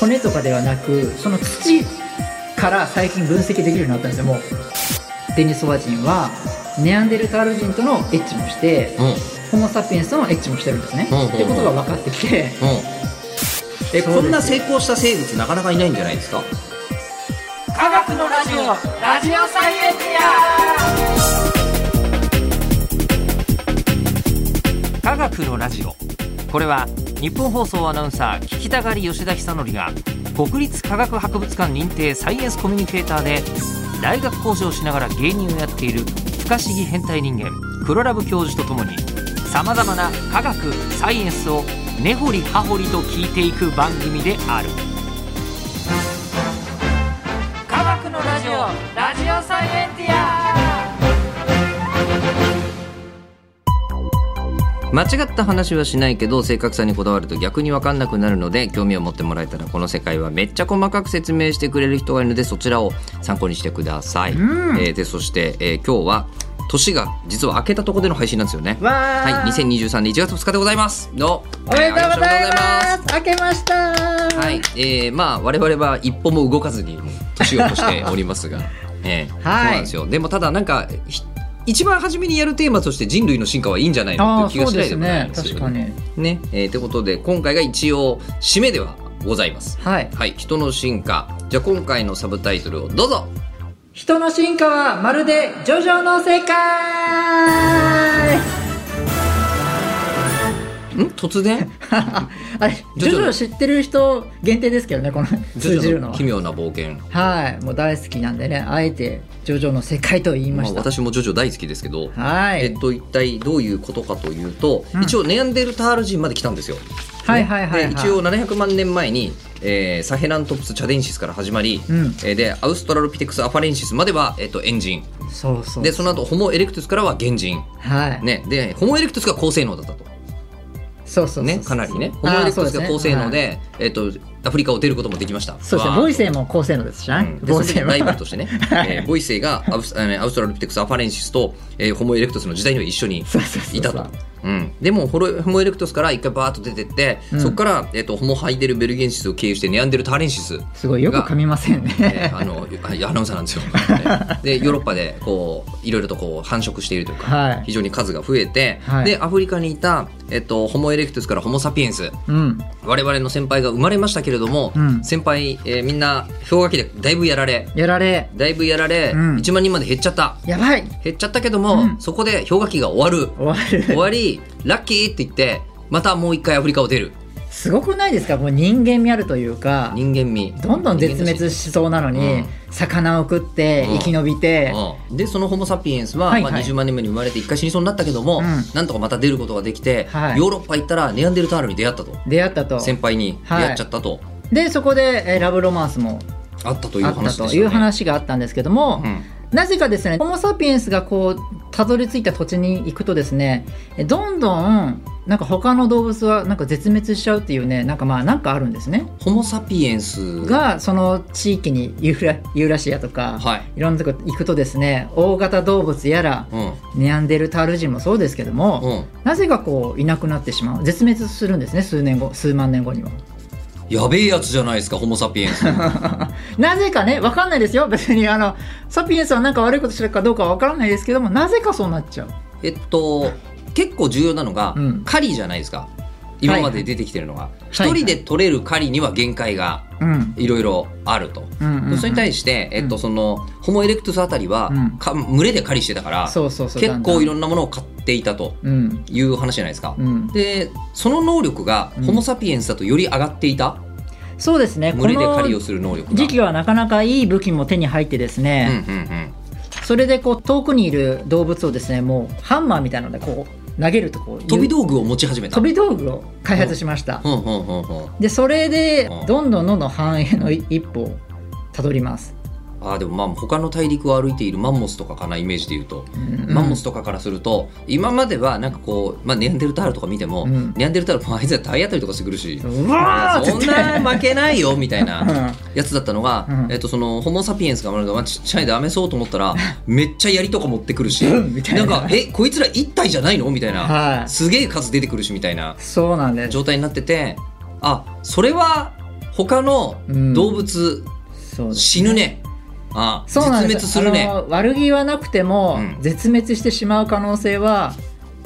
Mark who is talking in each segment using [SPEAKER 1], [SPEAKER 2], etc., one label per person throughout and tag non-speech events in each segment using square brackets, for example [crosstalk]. [SPEAKER 1] 骨とかではなくその土から最近分析できるようになったんですよもうデニソワ人はネアンデルタール人とのエッチもして、
[SPEAKER 2] うんうん
[SPEAKER 1] ホモ・サピエンスとのエッチもしてるんですね、
[SPEAKER 2] うんうんうん
[SPEAKER 1] ってことが分かってきて
[SPEAKER 2] え
[SPEAKER 1] そうですよ
[SPEAKER 2] こんな成功した生物なかなかいないんじゃないですか
[SPEAKER 1] 科学のラジオラジオサイエンテ
[SPEAKER 3] 科学のラジオこれは日本放送アナウンサー聞きたがり吉田久典が国立科学博物館認定サイエンスコミュニケーターで大学講師をしながら芸人をやっている不可思議変態人間黒ラブ教授とともにさまざまな科学サイエンスを根掘り葉掘りと聞いていく番組である科学のラジオラジオサイエンティア
[SPEAKER 2] 間違った話はしないけど正確さにこだわると逆に分かんなくなるので興味を持ってもらえたらこの世界はめっちゃ細かく説明してくれる人がいるのでそちらを参考にしてください、
[SPEAKER 1] うん
[SPEAKER 2] えーでそして、えー今日は年が実は明けたところでの配信なんですよね
[SPEAKER 1] わ
[SPEAKER 2] はい
[SPEAKER 1] ー
[SPEAKER 2] 2023年1月2日でございますの
[SPEAKER 1] おめでとうございますす明けました
[SPEAKER 2] は、
[SPEAKER 1] はい
[SPEAKER 2] えー、まあ我々は一歩も動かずに年を越しておりま
[SPEAKER 1] [laughs]
[SPEAKER 2] すが、えー
[SPEAKER 1] はい
[SPEAKER 2] そうなんですよでもただなんかひ一番初めにやるテーマとして人類の進化はいいんじゃないの
[SPEAKER 1] あ
[SPEAKER 2] っ
[SPEAKER 1] あ
[SPEAKER 2] ていう気が
[SPEAKER 1] そうで
[SPEAKER 2] しないですもない
[SPEAKER 1] ね
[SPEAKER 2] です
[SPEAKER 1] 確
[SPEAKER 2] よ
[SPEAKER 1] かに
[SPEAKER 2] ね、えー、ということで今回が一応締めではございます
[SPEAKER 1] はい
[SPEAKER 2] はい人の進化じゃあ今回のサブタイトルをどうぞ
[SPEAKER 1] 人の進化はまるでジョジョの世
[SPEAKER 2] [laughs]
[SPEAKER 1] 界
[SPEAKER 2] ん突然
[SPEAKER 1] [laughs] あれジョジョ知ってる人限定ですけどねこの [laughs] 通じるのは
[SPEAKER 2] 奇妙な冒険
[SPEAKER 1] はいもう大好きなんでねあえてジョジョの世界と言いま
[SPEAKER 2] まあ
[SPEAKER 1] した、
[SPEAKER 2] 私もジョジョ大好きですけど
[SPEAKER 1] はい、
[SPEAKER 2] えっと一体どういうことかというと、
[SPEAKER 1] うん
[SPEAKER 2] 一応ネアンデルタール人まで来たんですよ。
[SPEAKER 1] はいはいはいはい
[SPEAKER 2] で一応700万年前に、えーサヘラントプスチャデンシスから始まり、
[SPEAKER 1] うん
[SPEAKER 2] えーでアウストラロピテクスアパレンシスまでは、えっとエンジン
[SPEAKER 1] そうそう
[SPEAKER 2] でその後ホモエレクトゥスからは原人、
[SPEAKER 1] はい、
[SPEAKER 2] ね、でホモエレクトゥスが高性能だったと。
[SPEAKER 1] そうそうそう
[SPEAKER 2] ね、かなりね。ホ
[SPEAKER 1] あー
[SPEAKER 2] モエレクト
[SPEAKER 1] そう
[SPEAKER 2] ゥスが
[SPEAKER 1] すね
[SPEAKER 2] 高性能
[SPEAKER 1] はい
[SPEAKER 2] で、えっと、アフリカを出ることもできました。
[SPEAKER 1] そうですね
[SPEAKER 2] わー
[SPEAKER 1] ボイセイも高性能ですし
[SPEAKER 2] う
[SPEAKER 1] ね
[SPEAKER 2] んで
[SPEAKER 1] ボイ
[SPEAKER 2] そ
[SPEAKER 1] セイ
[SPEAKER 2] の時
[SPEAKER 1] は
[SPEAKER 2] ライバルと
[SPEAKER 1] [laughs]
[SPEAKER 2] してね、えーボイセイがアウスあのアウストラロピテクスアファレンシスと、えーホモエレクトゥスの時代には一緒に
[SPEAKER 1] そうそうそうそう
[SPEAKER 2] いたと。うん、でもホロホモエレクトゥスから一回バーッと出てって、
[SPEAKER 1] うん
[SPEAKER 2] そこから、えっとホモハイデルベルゲンシスを経由してネアンデルターレンシス
[SPEAKER 1] すごいよく噛みません
[SPEAKER 2] え
[SPEAKER 1] ね
[SPEAKER 2] ーあのあアナウンサーなんで
[SPEAKER 1] [laughs]
[SPEAKER 2] すよ。でヨーロッパでこういろいろとこう繁殖しているというか、
[SPEAKER 1] [laughs] はい
[SPEAKER 2] 非常に数が増えて、
[SPEAKER 1] はい
[SPEAKER 2] でアフリカにいた、えっとホモエレクトゥスからホモ・サピエンス
[SPEAKER 1] うん
[SPEAKER 2] 我々の先輩が生まれましたけれども、
[SPEAKER 1] うん
[SPEAKER 2] 先輩、えーみんな氷河期でだいぶやられ
[SPEAKER 1] やられ
[SPEAKER 2] だいぶやられ、
[SPEAKER 1] うん
[SPEAKER 2] 1万人まで減っちゃった
[SPEAKER 1] やばい
[SPEAKER 2] 減っちゃったけども、
[SPEAKER 1] うん
[SPEAKER 2] そこで氷河期が終わる
[SPEAKER 1] 終わ
[SPEAKER 2] 終
[SPEAKER 1] る
[SPEAKER 2] わりラッキーって言ってまたもう一回アフリカを出る
[SPEAKER 1] すごくないですかもう人間味あるというか
[SPEAKER 2] 人間味
[SPEAKER 1] どんどん絶滅
[SPEAKER 2] し
[SPEAKER 1] しそうなのに、
[SPEAKER 2] うん
[SPEAKER 1] 魚を食って
[SPEAKER 2] うん
[SPEAKER 1] 生き延びて、
[SPEAKER 2] うん、でそのホモ・サピエンスは、
[SPEAKER 1] はいはい
[SPEAKER 2] まあ、20万年目に生まれて一回死にそうになったけども、
[SPEAKER 1] うん
[SPEAKER 2] なんとかまた出ることができて、
[SPEAKER 1] はい
[SPEAKER 2] ヨーロッパ行ったらネアンデルタールに出会ったと
[SPEAKER 1] 出会ったと
[SPEAKER 2] 先輩に出会っちゃったと、
[SPEAKER 1] でそこで、えーラブロマンスも
[SPEAKER 2] あったという
[SPEAKER 1] あった
[SPEAKER 2] 話で
[SPEAKER 1] と
[SPEAKER 2] す
[SPEAKER 1] いう
[SPEAKER 2] よね。
[SPEAKER 1] 話があったんですけども、
[SPEAKER 2] うん
[SPEAKER 1] なぜかですねホモ・サピエンスがこうたどり着いた土地に行くとですねえどんどんなんか他の動物はなんか絶滅しちゃうっていうねなんかまあなんかあるんですね、
[SPEAKER 2] ホモ・サピエンス、
[SPEAKER 1] がその地域にユーラユーラシアとか、
[SPEAKER 2] はい
[SPEAKER 1] い、ろんなとこ行くとですね大型動物やら
[SPEAKER 2] うん
[SPEAKER 1] ネアンデルタール人もそうですけども、
[SPEAKER 2] うん、
[SPEAKER 1] なぜかこういなくなってしまう絶滅するんですね数年後数万年後には
[SPEAKER 2] やべえやつじゃないですかホモ・サピエ
[SPEAKER 1] [laughs]
[SPEAKER 2] ンス。
[SPEAKER 1] なぜかねわかんないですよ別にあのサピエンスはなんか悪いことしてるかどうかはわからないですけどもなぜかそうなっちゃう
[SPEAKER 2] えっと結構重要なのが、
[SPEAKER 1] うん
[SPEAKER 2] 狩りじゃないですか今まで出てきてるのが一、
[SPEAKER 1] はい
[SPEAKER 2] 人で取れる狩りには限界が
[SPEAKER 1] うん
[SPEAKER 2] いろいろあると。
[SPEAKER 1] うんうんうん
[SPEAKER 2] それに対して、えっと、そのホモ・エレクトゥスあたりは、
[SPEAKER 1] うん
[SPEAKER 2] か群れで狩りしてたから
[SPEAKER 1] そうそうそう
[SPEAKER 2] 結構いろ
[SPEAKER 1] ん
[SPEAKER 2] んなものを買っていたと
[SPEAKER 1] うん
[SPEAKER 2] いう話じゃないですか。
[SPEAKER 1] うん、
[SPEAKER 2] でその能力が
[SPEAKER 1] うん
[SPEAKER 2] ホモ・サピエンスだとより上がっていた、
[SPEAKER 1] そうですね
[SPEAKER 2] 群れで狩りを
[SPEAKER 1] こ
[SPEAKER 2] する能力
[SPEAKER 1] の
[SPEAKER 2] が。
[SPEAKER 1] 時期はなかなかいい武器も手に入ってです
[SPEAKER 2] うんう
[SPEAKER 1] ね、
[SPEAKER 2] ん
[SPEAKER 1] それでこう遠くにいる動物をですねもうハンマーみたいなのでこう投げるとこう
[SPEAKER 2] う、
[SPEAKER 1] ん
[SPEAKER 2] 飛び道具を持ち始めた。
[SPEAKER 1] 飛び道具を開発しました、
[SPEAKER 2] うんうんうんうん
[SPEAKER 1] でそれで
[SPEAKER 2] うん
[SPEAKER 1] どんどんどんどん繁栄の一歩をたどります、
[SPEAKER 2] あーでもまあ他の大陸を歩いているマンモスとかかなイメージで言うと。
[SPEAKER 1] うん
[SPEAKER 2] マンモスとかからすると今まではなんかこう、まあ、ネアンデルタールとか見ても、
[SPEAKER 1] うん
[SPEAKER 2] ネアンデルタールもあいつは体当たりとかしてくるし
[SPEAKER 1] うわー
[SPEAKER 2] そんな負けないよみたいな
[SPEAKER 1] うん
[SPEAKER 2] やつだったのが、
[SPEAKER 1] うん
[SPEAKER 2] えっと、そのホモ・サピエンスが生まれたのがちっちゃいでダメそうと思ったらめっちゃ槍とか持ってくるし
[SPEAKER 1] うんみたい
[SPEAKER 2] な
[SPEAKER 1] なん
[SPEAKER 2] かえこいつら一体じゃないのみたいな、
[SPEAKER 1] はい
[SPEAKER 2] すげえ数出てくるしみたいな
[SPEAKER 1] そうなんです
[SPEAKER 2] 状態になっててあそれは他の動物、
[SPEAKER 1] そうです
[SPEAKER 2] 死ぬねあ
[SPEAKER 1] そうなんです
[SPEAKER 2] 絶滅するね
[SPEAKER 1] あの悪気はなくても、
[SPEAKER 2] うん
[SPEAKER 1] 絶滅してしまう可能性は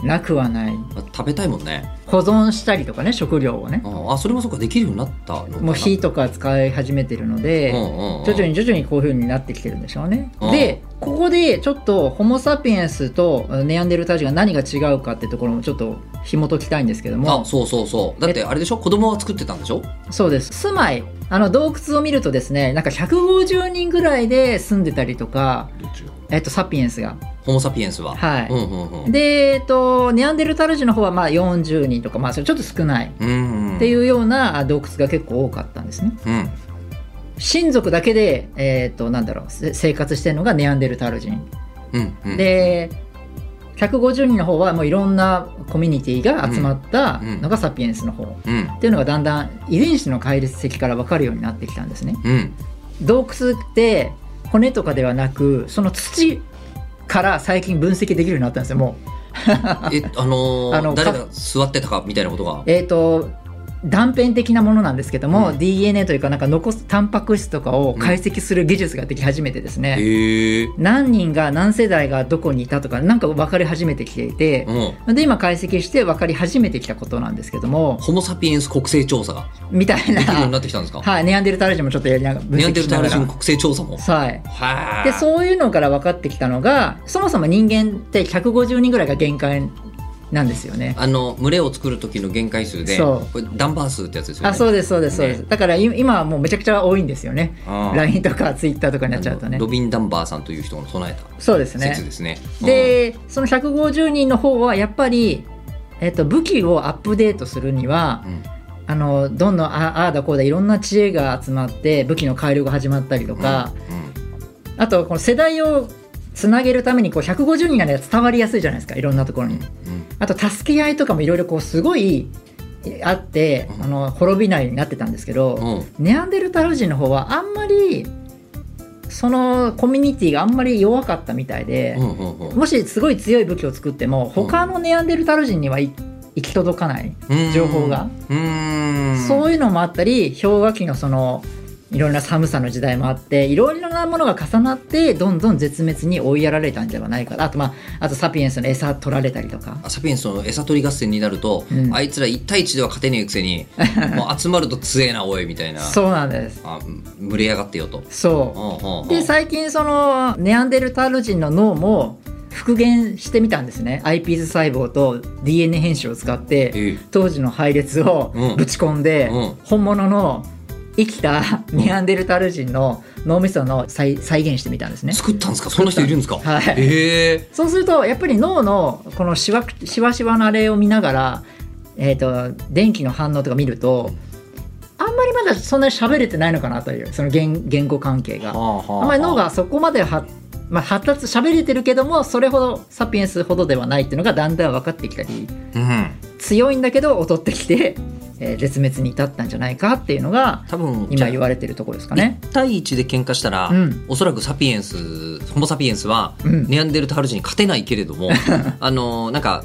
[SPEAKER 1] なくはない
[SPEAKER 2] 食べたいもんね
[SPEAKER 1] 保存したりとかね食料をね
[SPEAKER 2] ああそれもそうかできるようになったのかな
[SPEAKER 1] もう火とか使い始めてるので、
[SPEAKER 2] うんうんうん
[SPEAKER 1] 徐々に徐々にこういう風になってきてるんでしょうね。
[SPEAKER 2] うん
[SPEAKER 1] でここでちょっとホモ・サピエンスとネアンデルタ人が何が違うかってところもちょっと紐解きたいんですけど
[SPEAKER 2] あ
[SPEAKER 1] も
[SPEAKER 2] そうそうそうだってあれでしょ子供は作ってたんでしょ
[SPEAKER 1] そうです住まいあの洞窟を見るとですねなんか150人ぐらいで住んでたりとか、えっと、サピエンスが。
[SPEAKER 2] ホモ・サピエンスは、
[SPEAKER 1] はい
[SPEAKER 2] うんうんうん
[SPEAKER 1] で、えっと、ネアンデルタル人の方はまあ40人とか、まあ、それちょっと少ない
[SPEAKER 2] うんうん
[SPEAKER 1] っていうようなあ洞窟が結構多かったんですね。
[SPEAKER 2] うん
[SPEAKER 1] 親族だけで、えっとなんだろうせ生活してるのがネアンデルタル人。
[SPEAKER 2] うんうん
[SPEAKER 1] で150人の方はもういろんなコミュニティが集まったのがサピエンスの方っ
[SPEAKER 2] うん
[SPEAKER 1] ていうのがだんだん遺伝子の解析から分かるようになってきたんですね
[SPEAKER 2] うん
[SPEAKER 1] 洞窟って骨とかではなくその土から最近分析できるようになったんですよもう
[SPEAKER 2] えあのー
[SPEAKER 1] あの
[SPEAKER 2] 誰が座ってたかみたいなことが
[SPEAKER 1] えっ、と断片的なものなんですけども、
[SPEAKER 2] うん
[SPEAKER 1] DNA というかなんか残すタンパク質とかを解析する技術ができ始めてですね、
[SPEAKER 2] へえ
[SPEAKER 1] 何人が何世代がどこにいたとかなんか分かり始めてきていて、
[SPEAKER 2] うん
[SPEAKER 1] で今解析して分かり始めてきたことなんですけども
[SPEAKER 2] ホモ・サピエンス国勢調査が
[SPEAKER 1] みたい
[SPEAKER 2] できるようにな
[SPEAKER 1] な
[SPEAKER 2] ってきたんです
[SPEAKER 1] [laughs]
[SPEAKER 2] か
[SPEAKER 1] はいネアンデルタール人もちょっとやりながら分
[SPEAKER 2] ネアン
[SPEAKER 1] 析
[SPEAKER 2] デル
[SPEAKER 1] し
[SPEAKER 2] タ
[SPEAKER 1] な
[SPEAKER 2] ー
[SPEAKER 1] が
[SPEAKER 2] ル人
[SPEAKER 1] ら
[SPEAKER 2] 国勢調査も
[SPEAKER 1] はい
[SPEAKER 2] は
[SPEAKER 1] で
[SPEAKER 2] う
[SPEAKER 1] そういうのから分かってきたのがそもそも人間って150人ぐらいが限界なんですよね
[SPEAKER 2] あの群れを作る時の限界数で
[SPEAKER 1] そう
[SPEAKER 2] これダンバー数ってやつですよね
[SPEAKER 1] あそうですそうですそうです、
[SPEAKER 2] ね
[SPEAKER 1] だからい今はもうめちゃくちゃ多いんですよね
[SPEAKER 2] あー
[SPEAKER 1] LINE とか Twitter とかになっちゃうと
[SPEAKER 2] あの
[SPEAKER 1] ね
[SPEAKER 2] ロビン・ダンバーさんという人が唱え
[SPEAKER 1] そうです
[SPEAKER 2] た
[SPEAKER 1] ね
[SPEAKER 2] 説ですね
[SPEAKER 1] でその150人の方はやっぱり、えっと、武器をアップデートするには、
[SPEAKER 2] うん
[SPEAKER 1] あのどんどんあああだこうだいろんな知恵が集まって武器の改良が始まったりと
[SPEAKER 2] うん
[SPEAKER 1] か、
[SPEAKER 2] うん
[SPEAKER 1] あとこの世代をつなげるためにこう150人なら伝わりやすいじゃないですかいろんなところに。
[SPEAKER 2] うん
[SPEAKER 1] あと助け合いとかもいろいろこうすごいえあって
[SPEAKER 2] うん
[SPEAKER 1] あの滅びないようになってたんですけど、
[SPEAKER 2] うんうん
[SPEAKER 1] ネアンデルタル人の方はあんまりそのコミュニティがあんまり弱かったみたいで。
[SPEAKER 2] うんうんうん
[SPEAKER 1] もしすごい強い武器を作っても他のネアンデルタル人にはい行き届かない、情報が
[SPEAKER 2] うーん
[SPEAKER 1] そういうのもあったり氷河期のそのいろんな寒さの時代もあっていろいろなものが重なってどんどん絶滅に追いやられたんではないかなあと,、まあ、あとサピエンスの餌取られたりとか
[SPEAKER 2] サピエンスの餌取り合戦になると、
[SPEAKER 1] うん
[SPEAKER 2] あいつら1対1では勝てねえくせにもう集まると強えなおいみたいな
[SPEAKER 1] そうなんです
[SPEAKER 2] あ群れやがってよと。
[SPEAKER 1] そ
[SPEAKER 2] うんうんう
[SPEAKER 1] うんで最近そのネアンデルタル人の脳も復元してみたんですね iPS 細胞と DNA 編集を使って
[SPEAKER 2] ええ
[SPEAKER 1] 当時の配列を
[SPEAKER 2] うん
[SPEAKER 1] ぶち込んで、
[SPEAKER 2] うん
[SPEAKER 1] 本物の生きたネアンデルタル人の脳みその再再現してみたんですね。
[SPEAKER 2] 作ったんですかそんな人いるんですか
[SPEAKER 1] はい
[SPEAKER 2] ええ
[SPEAKER 1] そうするとやっぱり脳のこのしわしわしわのあれを見ながら、えー、と電気の反応とか見るとあんまりまだそんなに喋れてないのかなというその言言語関係が。あんまり脳がそこまでは、まあ、発達喋れてるけどもそれほどサピエンスほどではないっていうのがだんだん分かってきたり
[SPEAKER 2] うん
[SPEAKER 1] 強いんだけど劣ってきて、 [laughs] えー絶滅に至ったんじゃないかっていうのが
[SPEAKER 2] 多分
[SPEAKER 1] 今言
[SPEAKER 2] わ
[SPEAKER 1] われてるところですかね。
[SPEAKER 2] 対1で喧嘩したら、
[SPEAKER 1] うん
[SPEAKER 2] おそらくサピエンスホモ・サピエンスは、
[SPEAKER 1] うん
[SPEAKER 2] ネアンデルタール人に勝てないけれ
[SPEAKER 1] [laughs]
[SPEAKER 2] どもあのなんか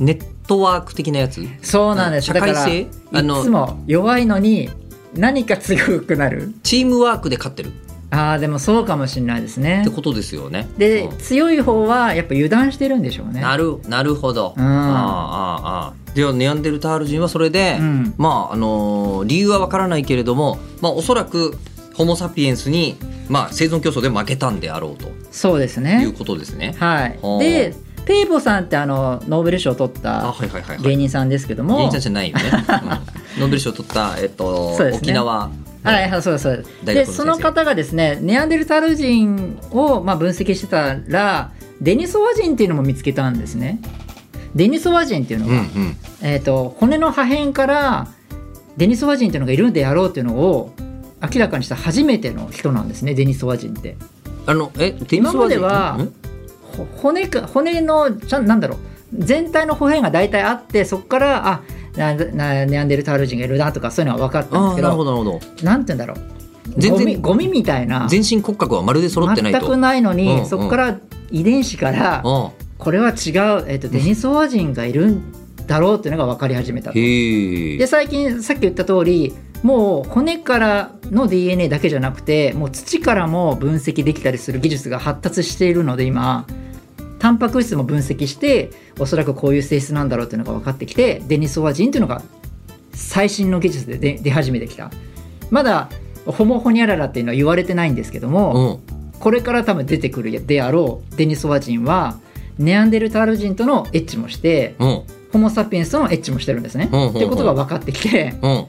[SPEAKER 2] ネットワーク的なやつ
[SPEAKER 1] そうなんです。
[SPEAKER 2] 社
[SPEAKER 1] だか
[SPEAKER 2] 会
[SPEAKER 1] らい
[SPEAKER 2] 性あの
[SPEAKER 1] つも弱いのに何か強くなる。
[SPEAKER 2] チームワークで勝ってるっ
[SPEAKER 1] ああでもそうかもしれないですね
[SPEAKER 2] て。ことですよね。
[SPEAKER 1] で
[SPEAKER 2] うん
[SPEAKER 1] 強い方はやっぱ油断してるんでしょうね。
[SPEAKER 2] なるなるほど。
[SPEAKER 1] うん
[SPEAKER 2] ああああああではネアンデルタール人はそれで、
[SPEAKER 1] うん
[SPEAKER 2] まああのー理由はわからないけれども、まあ、おそらくホモ・サピエンスに、まあ、生存競争で負けたんであろうと
[SPEAKER 1] そうです
[SPEAKER 2] いう
[SPEAKER 1] ね。
[SPEAKER 2] ことですね。
[SPEAKER 1] はい
[SPEAKER 2] ほ。う
[SPEAKER 1] でペーボさんってあのノーベル賞を取っ
[SPEAKER 2] あ
[SPEAKER 1] た
[SPEAKER 2] はいはいはいはい。
[SPEAKER 1] 芸人さんですけども、
[SPEAKER 2] 芸人さんじゃないよね。うんノーベル賞を取った、えっと
[SPEAKER 1] そうですね
[SPEAKER 2] 沖縄
[SPEAKER 1] はい、はいそうですそうです。で、
[SPEAKER 2] 大学の先生
[SPEAKER 1] その方がですね、ネアンデルタル人をまあ分析してたら、デニソワ人っていうのも見つけたんですね。デニソワ人っていうの
[SPEAKER 2] うんう
[SPEAKER 1] が、
[SPEAKER 2] ん
[SPEAKER 1] えっ、と骨の破片からデニソワ人っていうのがいるんでやろうっていうのを明らかにした初めての人なんですね。デニソワ人って。
[SPEAKER 2] あのえテニ
[SPEAKER 1] 今
[SPEAKER 2] ス
[SPEAKER 1] までは
[SPEAKER 2] ワールド
[SPEAKER 1] ほ骨か骨のちゃんなんだろう全体の歩片が大体あってそこからあななネアンデルタール人がいるなとかそういうのは分かったんで
[SPEAKER 2] あ
[SPEAKER 1] す
[SPEAKER 2] あ
[SPEAKER 1] け
[SPEAKER 2] なる
[SPEAKER 1] ど
[SPEAKER 2] ほどなるほ
[SPEAKER 1] なんて言うんだろう
[SPEAKER 2] 全
[SPEAKER 1] ゴ
[SPEAKER 2] 然
[SPEAKER 1] ミゴミみたいな
[SPEAKER 2] ど全身骨格はまるで揃ってないと。
[SPEAKER 1] 全くないのに、
[SPEAKER 2] うんうん
[SPEAKER 1] そこから遺伝子から
[SPEAKER 2] うん
[SPEAKER 1] これは違う、えっとデニソワ人がいるんだろうっていうのが分かり始めたと
[SPEAKER 2] へえ
[SPEAKER 1] で。最近さっき言った通りもう骨からの DNA だけじゃなくてもう土からも分析できたりする技術が発達しているので今タンパク質も分析しておそらくこういう性質なんだろうっていうのが分かってきてデニソワ人っていうのが最新の技術で出出始めてきたまだホモホニャララっていうのは言われてないんですけども、
[SPEAKER 2] うん
[SPEAKER 1] これから多分出てくるであろうデニソワ人はネアンデルタール人とのエッチもして
[SPEAKER 2] うん
[SPEAKER 1] ホモ・サピエンスとのエッチもしてるんですね。
[SPEAKER 2] うんうんうん
[SPEAKER 1] ってことが分かってきて
[SPEAKER 2] うん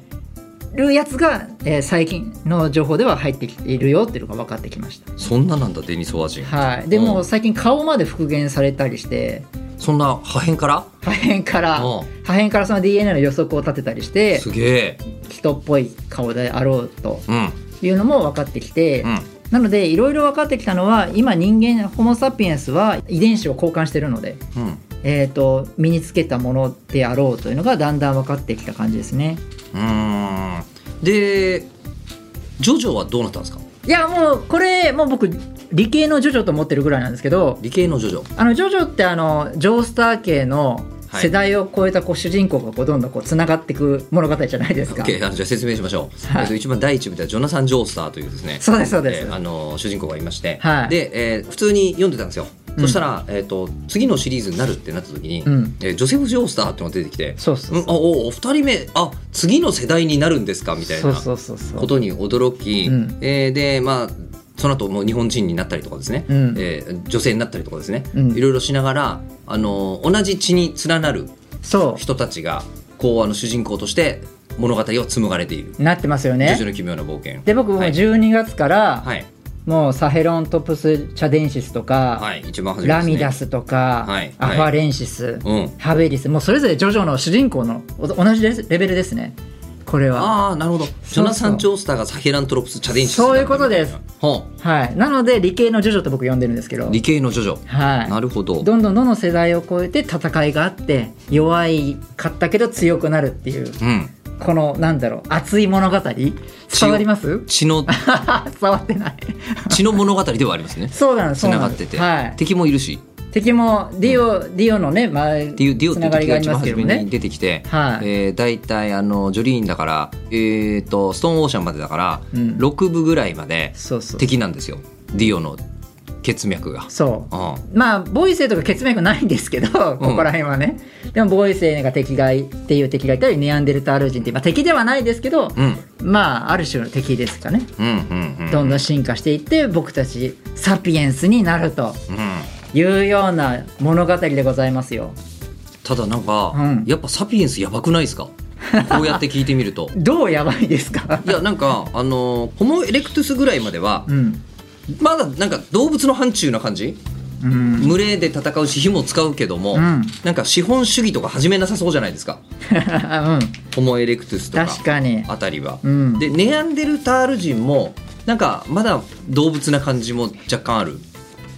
[SPEAKER 1] るやつが、えー最近の情報では入ってきているよっていうのが分かってきました。
[SPEAKER 2] そんななんだデニソワ人
[SPEAKER 1] はい、で
[SPEAKER 2] うん
[SPEAKER 1] もう最近顔まで復元されたりして
[SPEAKER 2] そんな破片から
[SPEAKER 1] 破片から
[SPEAKER 2] う
[SPEAKER 1] 破
[SPEAKER 2] ん
[SPEAKER 1] 片からその DNA の予測を立てたりして
[SPEAKER 2] すげえ
[SPEAKER 1] 人っぽい顔であろうと
[SPEAKER 2] うん
[SPEAKER 1] いうのも分かってきて、
[SPEAKER 2] うん
[SPEAKER 1] なのでいろいろ分かってきたのは今人間ホモ・サピエンスは遺伝子を交換してるので
[SPEAKER 2] うん
[SPEAKER 1] えー、と身につけたものであろうというのがだんだん分かってきた感じですね。
[SPEAKER 2] うーんでジョジョはどうなったんですか
[SPEAKER 1] いやもうこれもう僕理系のジョジョと思ってるぐらいなんですけど
[SPEAKER 2] 理系のジョジョ
[SPEAKER 1] あのジョジョってあのジョースター系の
[SPEAKER 2] はい
[SPEAKER 1] 世代を超えたこう主人公がこうどんどんこうつながっていく物語じゃないですか。
[SPEAKER 2] OK あのじゃあ説明しましょう、
[SPEAKER 1] はい
[SPEAKER 2] えっと一番第一部ではジョナサン・ジョースターというですね
[SPEAKER 1] そうですそうです
[SPEAKER 2] えーあの主人公がいまして、
[SPEAKER 1] はい
[SPEAKER 2] で、えー普通に読んでたんですよ、
[SPEAKER 1] うん
[SPEAKER 2] そしたら、えー、と次のシリーズになるってなった時に、
[SPEAKER 1] うん、
[SPEAKER 2] えージョセフ・ジョースターってのが出てきて
[SPEAKER 1] そうそう
[SPEAKER 2] うん、あおお二人目あ次の世代になるんですかみたい
[SPEAKER 1] そう
[SPEAKER 2] な
[SPEAKER 1] そうそうそう
[SPEAKER 2] ことに驚き、
[SPEAKER 1] うん
[SPEAKER 2] えーでまあその後もう日本人になったりとかですね、
[SPEAKER 1] うん
[SPEAKER 2] えー女性になったりとかですね、
[SPEAKER 1] うん
[SPEAKER 2] いろいろしながらあの同じ血に連なる
[SPEAKER 1] そ
[SPEAKER 2] 人たちがこうあの主人公として物語を紡がれている
[SPEAKER 1] うなってますよ
[SPEAKER 2] 「ジョ
[SPEAKER 1] ね
[SPEAKER 2] ジョ。の奇妙な冒険」
[SPEAKER 1] で僕も
[SPEAKER 2] はい
[SPEAKER 1] 12月から
[SPEAKER 2] はい、
[SPEAKER 1] もうサヘロントプス・チャデンシスとか、
[SPEAKER 2] はい、一番初めで
[SPEAKER 1] ラ
[SPEAKER 2] すね
[SPEAKER 1] ミダスとか、
[SPEAKER 2] はい
[SPEAKER 1] アファレンシス、
[SPEAKER 2] うん
[SPEAKER 1] ハベリスもうそれぞれジョジョの主人公のお同じレスレベルですねこれは
[SPEAKER 2] ああなるほどジョナサン・ジョースターがサヘラントロプス・チャデンシス
[SPEAKER 1] そういうことです
[SPEAKER 2] ほ
[SPEAKER 1] はいなので理系のジョジョと僕呼んでるんですけど
[SPEAKER 2] う理系のジョジョな
[SPEAKER 1] は
[SPEAKER 2] るほど
[SPEAKER 1] いどんどんどんどん世代を超えて戦いがあって弱いかったけど強くなるっていう
[SPEAKER 2] うん
[SPEAKER 1] このなんだろう熱い物語伝わります
[SPEAKER 2] 血
[SPEAKER 1] [laughs]
[SPEAKER 2] の
[SPEAKER 1] 伝わってない
[SPEAKER 2] 血の物語ではありますね
[SPEAKER 1] そうなんです
[SPEAKER 2] つ
[SPEAKER 1] そう
[SPEAKER 2] なが
[SPEAKER 1] な
[SPEAKER 2] っ
[SPEAKER 1] んです
[SPEAKER 2] てて、
[SPEAKER 1] はい、
[SPEAKER 2] 敵もいるし
[SPEAKER 1] 敵もディオ、ディオのね、まあ、デ
[SPEAKER 2] っていうディオって
[SPEAKER 1] つな
[SPEAKER 2] いう
[SPEAKER 1] がり
[SPEAKER 2] 敵
[SPEAKER 1] が
[SPEAKER 2] が
[SPEAKER 1] あり
[SPEAKER 2] 一
[SPEAKER 1] ま
[SPEAKER 2] 番
[SPEAKER 1] すけ
[SPEAKER 2] 初
[SPEAKER 1] ども
[SPEAKER 2] めに
[SPEAKER 1] ね
[SPEAKER 2] 出てきて、
[SPEAKER 1] はい
[SPEAKER 2] えー、大体あのジョリーンだから、えー、とストーンオーシャンまでだから、
[SPEAKER 1] うん
[SPEAKER 2] 6部ぐらいまで
[SPEAKER 1] そうそう
[SPEAKER 2] 敵なんですよディオの血脈が。
[SPEAKER 1] そう
[SPEAKER 2] うん
[SPEAKER 1] まあボイセイとか血脈ないんですけどここら辺はね、でもボイセイが敵がいっていう敵がいたりネアンデルタール人って、まあ、敵ではないですけど、
[SPEAKER 2] うん
[SPEAKER 1] まあある種の敵ですかね
[SPEAKER 2] うんうんうん
[SPEAKER 1] どんどん進化していって僕たちサピエンスになると
[SPEAKER 2] うん
[SPEAKER 1] いうような物語でございますよ
[SPEAKER 2] ただなんか、
[SPEAKER 1] うん
[SPEAKER 2] やっぱサピエンスやばくない
[SPEAKER 1] [laughs]
[SPEAKER 2] ですかこうやって聞いてみると
[SPEAKER 1] どうやばいですか
[SPEAKER 2] いやなんかあのホモ・エレクトゥスぐらいまでは
[SPEAKER 1] うん
[SPEAKER 2] まだなんか動物の範疇な感じ
[SPEAKER 1] うん
[SPEAKER 2] 群れで戦うし火も使うけども、
[SPEAKER 1] うん
[SPEAKER 2] なんか資本主義とか始めなさそうじゃないですか
[SPEAKER 1] うん
[SPEAKER 2] ホモ・エレクトゥスとか
[SPEAKER 1] 確かに
[SPEAKER 2] あたりは。
[SPEAKER 1] うん
[SPEAKER 2] でネアンデルタール人もなんかまだ動物な感じも若干ある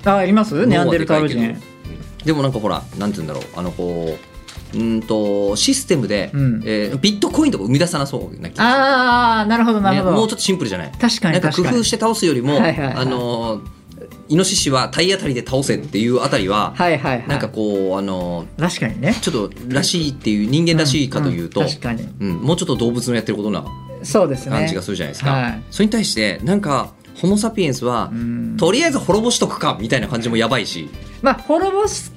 [SPEAKER 1] あありますネアンデルタール
[SPEAKER 2] 脳はで
[SPEAKER 1] 人
[SPEAKER 2] かいけどでもなんかほらなんて言うんだろうあのこううーんとシステムで、
[SPEAKER 1] うん
[SPEAKER 2] えービットコインとか生み出さなそうな気が
[SPEAKER 1] ああなるほどな
[SPEAKER 2] す
[SPEAKER 1] る
[SPEAKER 2] る、
[SPEAKER 1] ほ
[SPEAKER 2] ね、
[SPEAKER 1] ど、
[SPEAKER 2] もうちょっとシンプルじゃない
[SPEAKER 1] 確か
[SPEAKER 2] な
[SPEAKER 1] に
[SPEAKER 2] んか工
[SPEAKER 1] 確かに
[SPEAKER 2] 夫して倒すよりも、
[SPEAKER 1] はいはいはい
[SPEAKER 2] あのーイノシシは体当たりで倒せっていうあたりは、
[SPEAKER 1] はいはいはい
[SPEAKER 2] なんかこうあのー
[SPEAKER 1] 確かにね
[SPEAKER 2] ちょっとらしいっていう人間らしいかというと、
[SPEAKER 1] んん確かに
[SPEAKER 2] うんもうちょっと動物のやってることな
[SPEAKER 1] そうですね
[SPEAKER 2] 感じがするじゃないですか、
[SPEAKER 1] はい
[SPEAKER 2] それに対してなんかホモ・サピエンスは、
[SPEAKER 1] うん
[SPEAKER 2] とりあえず滅ぼしとくかみたいな感じもやばいし、
[SPEAKER 1] まあ滅ぼす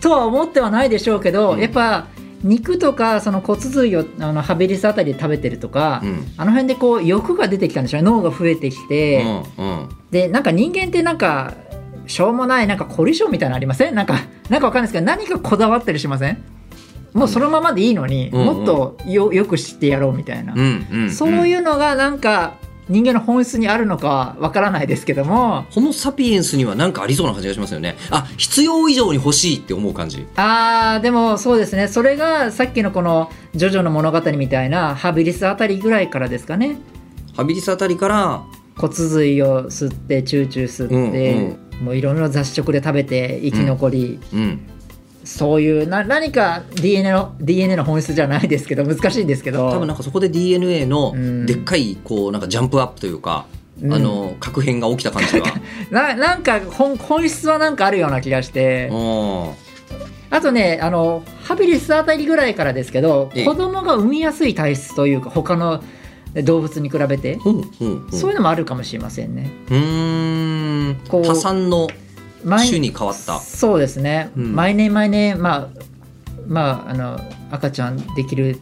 [SPEAKER 1] とは思ってはないでしょうけど、
[SPEAKER 2] うん
[SPEAKER 1] やっぱ肉とかその骨髄をあのハビリスあたりで食べてるとか、
[SPEAKER 2] うん
[SPEAKER 1] あの辺でこう欲が出てきたんでしょうね脳が増えてきて、
[SPEAKER 2] うんうん、
[SPEAKER 1] でなんか人間ってなんかしょうもないなんか凝り性みたいなのありませんなんかなんかわかんないですけど何かこだわったりしませんもうそのままでいいのに、
[SPEAKER 2] うん
[SPEAKER 1] もっとよよく知ってやろうみたいな、
[SPEAKER 2] うんうん
[SPEAKER 1] そういうのがなんか人間の本質にあるのかはわからないですけども
[SPEAKER 2] ホモ・サピエンスには何かありそうな感じがしますよねあ必要以上に欲しいって思う感じ
[SPEAKER 1] あーでもそうですねそれがさっきのこの「ジョジョの物語」みたいなハビリスあたりぐらいからですかね
[SPEAKER 2] ハビリスあたりから
[SPEAKER 1] 骨髄を吸ってチューチュー吸って、もういろんな雑食で食べて生き残り、
[SPEAKER 2] うん
[SPEAKER 1] そういうな何か DNA の DNA の本質じゃないですけど難しいんですけど
[SPEAKER 2] 多分なんかそこで DNA の
[SPEAKER 1] うん
[SPEAKER 2] でっかいこうなんかジャンプアップというか、
[SPEAKER 1] うん
[SPEAKER 2] あの核変が起きた感
[SPEAKER 1] [laughs]
[SPEAKER 2] じが
[SPEAKER 1] ななんか本本質はなんかあるような気がして、
[SPEAKER 2] うん
[SPEAKER 1] あとねあのハビリスあたりぐらいからですけど
[SPEAKER 2] ええ
[SPEAKER 1] 子供が産みやすい体質というか他ので動物に比べて、
[SPEAKER 2] ほうほうほう
[SPEAKER 1] そういうのもあるかもしれませんね
[SPEAKER 2] うーん
[SPEAKER 1] こう
[SPEAKER 2] 破産の
[SPEAKER 1] 毎
[SPEAKER 2] 種に変わった
[SPEAKER 1] そうですね、
[SPEAKER 2] うん
[SPEAKER 1] 毎年毎年まあまああの赤ちゃんできる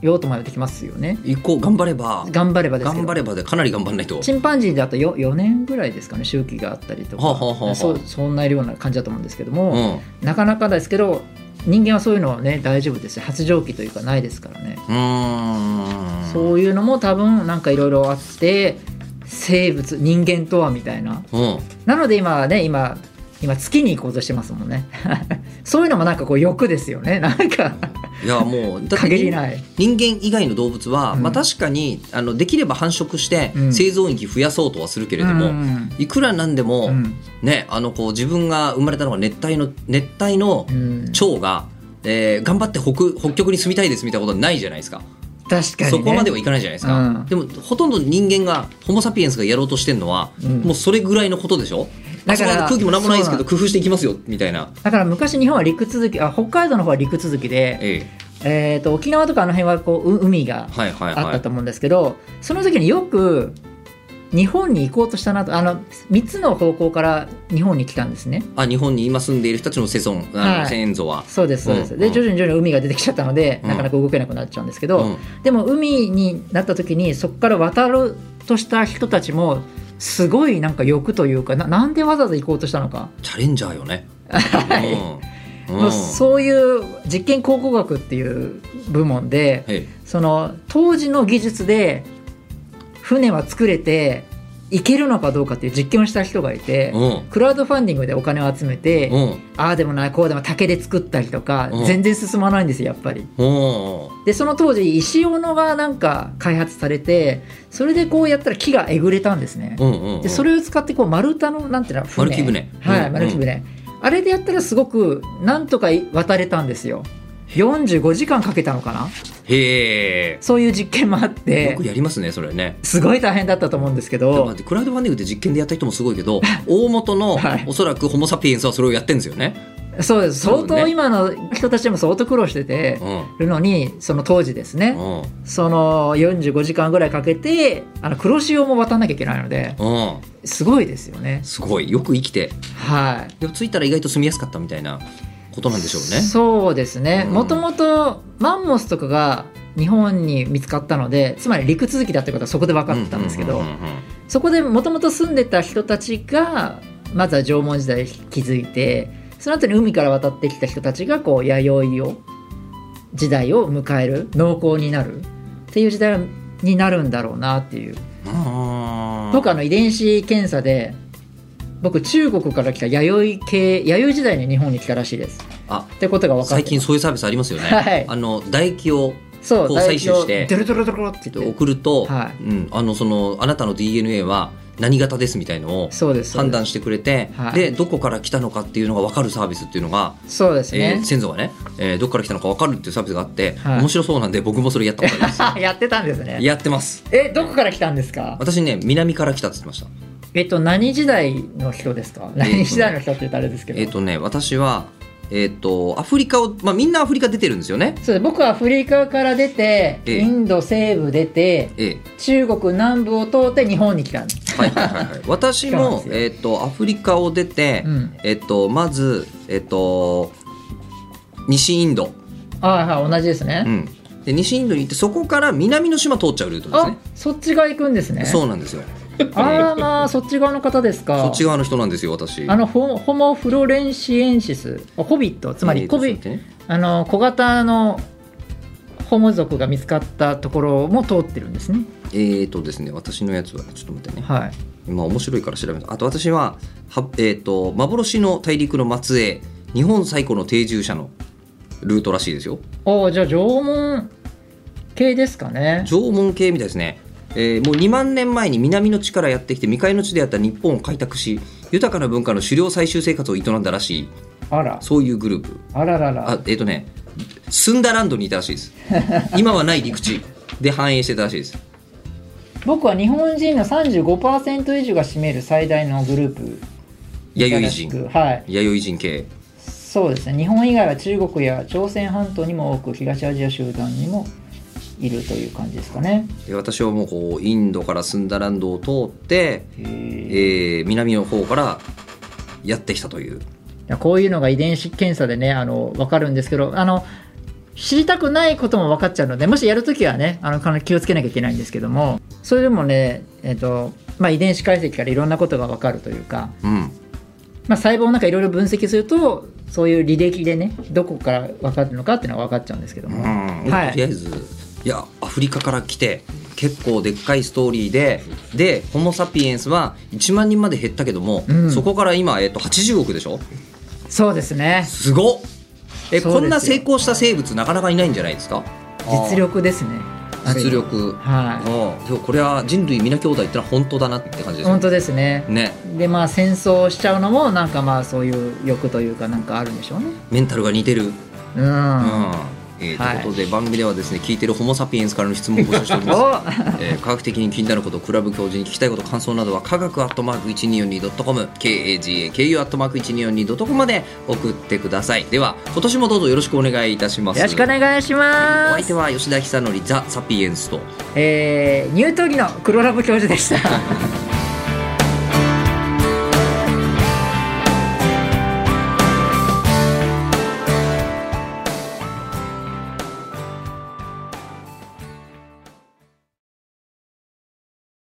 [SPEAKER 1] よとまでできますよね
[SPEAKER 2] 行こう頑張れば
[SPEAKER 1] 頑張ればですけど
[SPEAKER 2] 頑張ればでかなり頑張んないと
[SPEAKER 1] チンパンジーだと 4, 4年ぐらいですかね周期があったりとか、
[SPEAKER 2] はあはあはあはあ
[SPEAKER 1] そうそんなような感じだと思うんですけども、
[SPEAKER 2] うん
[SPEAKER 1] なかなかですけど人間はそういうのはね大丈夫ですよ発情期というかないですからね、
[SPEAKER 2] うーん
[SPEAKER 1] そういうのも多分なんかいろいろあって生物人間とはみたいな
[SPEAKER 2] うん
[SPEAKER 1] なので今はね今今月に行こうとしてますもんね [laughs] そういうのもなんかこう欲ですよねなんか
[SPEAKER 2] いやもうだって
[SPEAKER 1] 限りない
[SPEAKER 2] 人間以外の動物は、
[SPEAKER 1] うん
[SPEAKER 2] まあ、確かにあのできれば繁殖して
[SPEAKER 1] うん
[SPEAKER 2] 生存域増やそうとはするけれども、
[SPEAKER 1] うん
[SPEAKER 2] いくらなんでも、
[SPEAKER 1] うん
[SPEAKER 2] ね、あのこう自分が生まれたのが熱帯の熱帯の
[SPEAKER 1] うん
[SPEAKER 2] 蝶が、えー頑張って北北極に住みたいですみたいなことないじゃないですか
[SPEAKER 1] 確かに、ね、
[SPEAKER 2] そこまではいかないじゃないですか、
[SPEAKER 1] うん
[SPEAKER 2] でもほとんど人間がホモ・サピエンスがやろうとしてるのは、
[SPEAKER 1] うん
[SPEAKER 2] もうそれぐらいのことでしょ
[SPEAKER 1] だから
[SPEAKER 2] あそこまで空気もなんもないですけど
[SPEAKER 1] そう
[SPEAKER 2] 工夫していきますよみたいな、
[SPEAKER 1] だから昔日本は陸続きあ北海道の方は陸続きで
[SPEAKER 2] え
[SPEAKER 1] えー、と沖縄とかあの辺はこうう海が
[SPEAKER 2] えはいはい
[SPEAKER 1] あっ
[SPEAKER 2] は
[SPEAKER 1] た
[SPEAKER 2] い
[SPEAKER 1] と思うんですけど、その時によく日本に行こうとしたなとあの3つの方向から日本に来たんですね
[SPEAKER 2] あ日本に今住んでいる人たちの世尊あ
[SPEAKER 1] は
[SPEAKER 2] の
[SPEAKER 1] い
[SPEAKER 2] 先祖は、
[SPEAKER 1] そうですそうです、
[SPEAKER 2] うんう
[SPEAKER 1] で
[SPEAKER 2] ん
[SPEAKER 1] 徐々に徐々に海が出てきちゃったので、
[SPEAKER 2] うん
[SPEAKER 1] なかなか動けなくなっちゃうんですけど、
[SPEAKER 2] うん
[SPEAKER 1] でも海になった時にそこから渡ろうとした人たちもすごいなんか欲というかななんでわざわざ行こうとしたのか、
[SPEAKER 2] チャレンジャーよね。うん
[SPEAKER 1] も
[SPEAKER 2] うん
[SPEAKER 1] うそういう実験考古学っていう部門で、
[SPEAKER 2] え
[SPEAKER 1] その当時の技術で船は作れて行けるのかどうかっていう実験をした人がいて
[SPEAKER 2] え、うん
[SPEAKER 1] クラウドファンディングでお金を集めて、
[SPEAKER 2] うん
[SPEAKER 1] ああでもないこうでも竹で作ったりとか、
[SPEAKER 2] うん
[SPEAKER 1] 全然進まないんですよやっぱり。
[SPEAKER 2] うん
[SPEAKER 1] でその当時石斧がなんか開発されてそれでこうやったら木がえぐれたんですね。
[SPEAKER 2] うんうんうん
[SPEAKER 1] でそれを使ってこう丸太のなんていうの船
[SPEAKER 2] 丸木船
[SPEAKER 1] はい、
[SPEAKER 2] うん
[SPEAKER 1] 丸木船、あれでやったらすごくなんとか渡れたんですよ45時間かけたのかな
[SPEAKER 2] へ
[SPEAKER 1] そういう実験もあっ
[SPEAKER 2] えよ
[SPEAKER 1] て
[SPEAKER 2] くやりますねそれね。
[SPEAKER 1] すごい大変だったと思うんですけ
[SPEAKER 2] でも待
[SPEAKER 1] ど
[SPEAKER 2] ってクラウドファンディングって実験でやった人もすごいけど大元の
[SPEAKER 1] はい
[SPEAKER 2] おそらくホモ・サピエンスはそれをやってんですよね。
[SPEAKER 1] そうです
[SPEAKER 2] そう
[SPEAKER 1] 相
[SPEAKER 2] ね
[SPEAKER 1] 当今の人たちでも相当苦労してて
[SPEAKER 2] う
[SPEAKER 1] る
[SPEAKER 2] ん
[SPEAKER 1] のにその当時ですね
[SPEAKER 2] うんうん
[SPEAKER 1] その45時間ぐらいかけてあの黒潮も渡んなきゃいけないのですごいですよね
[SPEAKER 2] すごいよく生きて
[SPEAKER 1] はい
[SPEAKER 2] でも着いたら意外と住みやすかったみたいなことなんでしょうね。
[SPEAKER 1] そうですね
[SPEAKER 2] うん
[SPEAKER 1] もともとマンモスとかが日本に見つかったのでつまり陸続きだってことはそこで分かったんですけど、
[SPEAKER 2] うんうんうんうん
[SPEAKER 1] そこでもともと住んでた人たちがまずは縄文時代気づいてその後に海から渡ってきた人たちがこう弥生を時代を迎える農耕になるっていう時代になるんだろうなっていう
[SPEAKER 2] うん
[SPEAKER 1] 僕あの遺伝子検査で僕中国から来た弥生系弥生時代に日本に来たらしいです
[SPEAKER 2] あ
[SPEAKER 1] ってことが分かって
[SPEAKER 2] 最近そういうサービスありますよね。
[SPEAKER 1] はい
[SPEAKER 2] あの唾液を
[SPEAKER 1] そう
[SPEAKER 2] こう採取して
[SPEAKER 1] ドロドロドロって言って
[SPEAKER 2] 送ると、
[SPEAKER 1] はい
[SPEAKER 2] うん、あのそのあなたの DNA は何型ですみたいのを
[SPEAKER 1] そうですそう
[SPEAKER 2] 判
[SPEAKER 1] で
[SPEAKER 2] 断してくれてで,、
[SPEAKER 1] はい
[SPEAKER 2] どこから来たのかっていうのが分かるサービスっていうのが、
[SPEAKER 1] すそうです
[SPEAKER 2] え
[SPEAKER 1] ね
[SPEAKER 2] ー、先祖がね、えーどこから来たのか分かるっていうサービスがあって、
[SPEAKER 1] はい
[SPEAKER 2] 面白そうなんで僕もそれやったことありま
[SPEAKER 1] [laughs]
[SPEAKER 2] す
[SPEAKER 1] やってたんですね
[SPEAKER 2] やってます
[SPEAKER 1] えどこから来たんですか
[SPEAKER 2] 私ね南から来たって言ってました
[SPEAKER 1] えっと、何時代の人ですか何時代の人って言ったらあれですけど。
[SPEAKER 2] えっ、とね私はえっ、とアフリカを、まあ、みんなアフリカ出てるんですよね
[SPEAKER 1] そうです僕はアフリカから出て、
[SPEAKER 2] ええ
[SPEAKER 1] インド西部出て、
[SPEAKER 2] え
[SPEAKER 1] 中国南部を通って日本に来たんです。
[SPEAKER 2] えはいはいはい
[SPEAKER 1] [laughs]
[SPEAKER 2] はい私
[SPEAKER 1] そうなんで
[SPEAKER 2] も
[SPEAKER 1] す、よ
[SPEAKER 2] えっとアフリカを出て、
[SPEAKER 1] うん。
[SPEAKER 2] えっ、とまずえっ、と西インド
[SPEAKER 1] ああ、はい、同じですね。
[SPEAKER 2] うん、で西インドに行ってそこから南の島通っちゃうルートです
[SPEAKER 1] あ
[SPEAKER 2] ね、
[SPEAKER 1] そっち側行くんですね。
[SPEAKER 2] そうなんですよ
[SPEAKER 1] ああ、まあ、そっち側の方ですか。
[SPEAKER 2] そっち側の人なんですよ私
[SPEAKER 1] あのホホモ・フロレンシエンシスあホビットつまりコビ、
[SPEAKER 2] えーちょっと待ってね
[SPEAKER 1] あの小型のホモ族が見つかったところも通ってるんですね
[SPEAKER 2] えーとですね私のやつはちょっと待ってね
[SPEAKER 1] はい
[SPEAKER 2] 今面白いから調べたあと私はは、えー、と幻の大陸の末裔日本最古の定住者のルートらしいですよ
[SPEAKER 1] おーじゃあ縄文系ですかね
[SPEAKER 2] 縄文系みたいですね、えーもう2万年前に南の地からやってきて未開の地であった日本を開拓し豊かな文化の狩猟採集生活を営んだらしい
[SPEAKER 1] あら
[SPEAKER 2] そういうグループ
[SPEAKER 1] あららら
[SPEAKER 2] あえっ、とねスンダランドにいたらしいです
[SPEAKER 1] [laughs]
[SPEAKER 2] 今はない陸地で繁栄してたらしいです
[SPEAKER 1] 僕は日本人の35%以上が占める最大のグループ
[SPEAKER 2] 弥生人
[SPEAKER 1] はい
[SPEAKER 2] 弥生人系
[SPEAKER 1] そうですね日本以外は中国や朝鮮半島にも多く東アジア集団にもいるという感じですかね。
[SPEAKER 2] で私はもうこうインドからスンダランドを通って、え
[SPEAKER 1] い
[SPEAKER 2] ー南の方からやってきたという
[SPEAKER 1] やこういうのが遺伝子検査でねあの分かるんですけどあの知りたくないことも分かっちゃうのでもしやるときはねあのかなり気をつけなきゃいけないんですけどもそれでもね、えっとまあ、遺伝子解析からいろんなことが分かるというか、
[SPEAKER 2] うん
[SPEAKER 1] まあ、細胞なんかいろいろ分析するとそういう履歴でねどこから分かるのかっていうのは分かっちゃうんですけど
[SPEAKER 2] う
[SPEAKER 1] も、
[SPEAKER 2] ん
[SPEAKER 1] はい
[SPEAKER 2] とりあえずいやアフリカから来て結構でっかいストーリーででホモ・サピエンスは1万人まで減ったけども、
[SPEAKER 1] うん
[SPEAKER 2] そこから今、えっと80億でしょ
[SPEAKER 1] そうですね
[SPEAKER 2] すごっ
[SPEAKER 1] そ
[SPEAKER 2] え
[SPEAKER 1] うですよ
[SPEAKER 2] こんな成功した生物なかなかいないんじゃないですか
[SPEAKER 1] 実力ですねある意味
[SPEAKER 2] 実力
[SPEAKER 1] は
[SPEAKER 2] うんでもこれは人類皆兄弟ってのは本当だなって感
[SPEAKER 1] い
[SPEAKER 2] じですよ
[SPEAKER 1] 本
[SPEAKER 2] ね
[SPEAKER 1] 当ですね
[SPEAKER 2] ね
[SPEAKER 1] でまあ戦争しちゃうのもなんかまあそういう欲というかなんかあるんでしょうね
[SPEAKER 2] メンタルが似てる
[SPEAKER 1] うん、
[SPEAKER 2] うんえー
[SPEAKER 1] はい
[SPEAKER 2] ということで番組ではですね聞いてるホモ・サピエンスからの質問を募集しており
[SPEAKER 1] [laughs]
[SPEAKER 2] ます
[SPEAKER 1] お
[SPEAKER 2] えー科学的に気になることクラブ教授に聞きたいこと感想などは科学アットマーク 1242.com KAGAKU アットマーク 1242.com まで送ってくださいでは今年もどうぞよろしくお願いいたします
[SPEAKER 1] よろしくお願いし
[SPEAKER 2] お
[SPEAKER 1] ま
[SPEAKER 2] 相手
[SPEAKER 1] す。
[SPEAKER 2] は吉田久典ザ・サピエンスと
[SPEAKER 1] えー、ニュートリノ黒ラブ教授でした。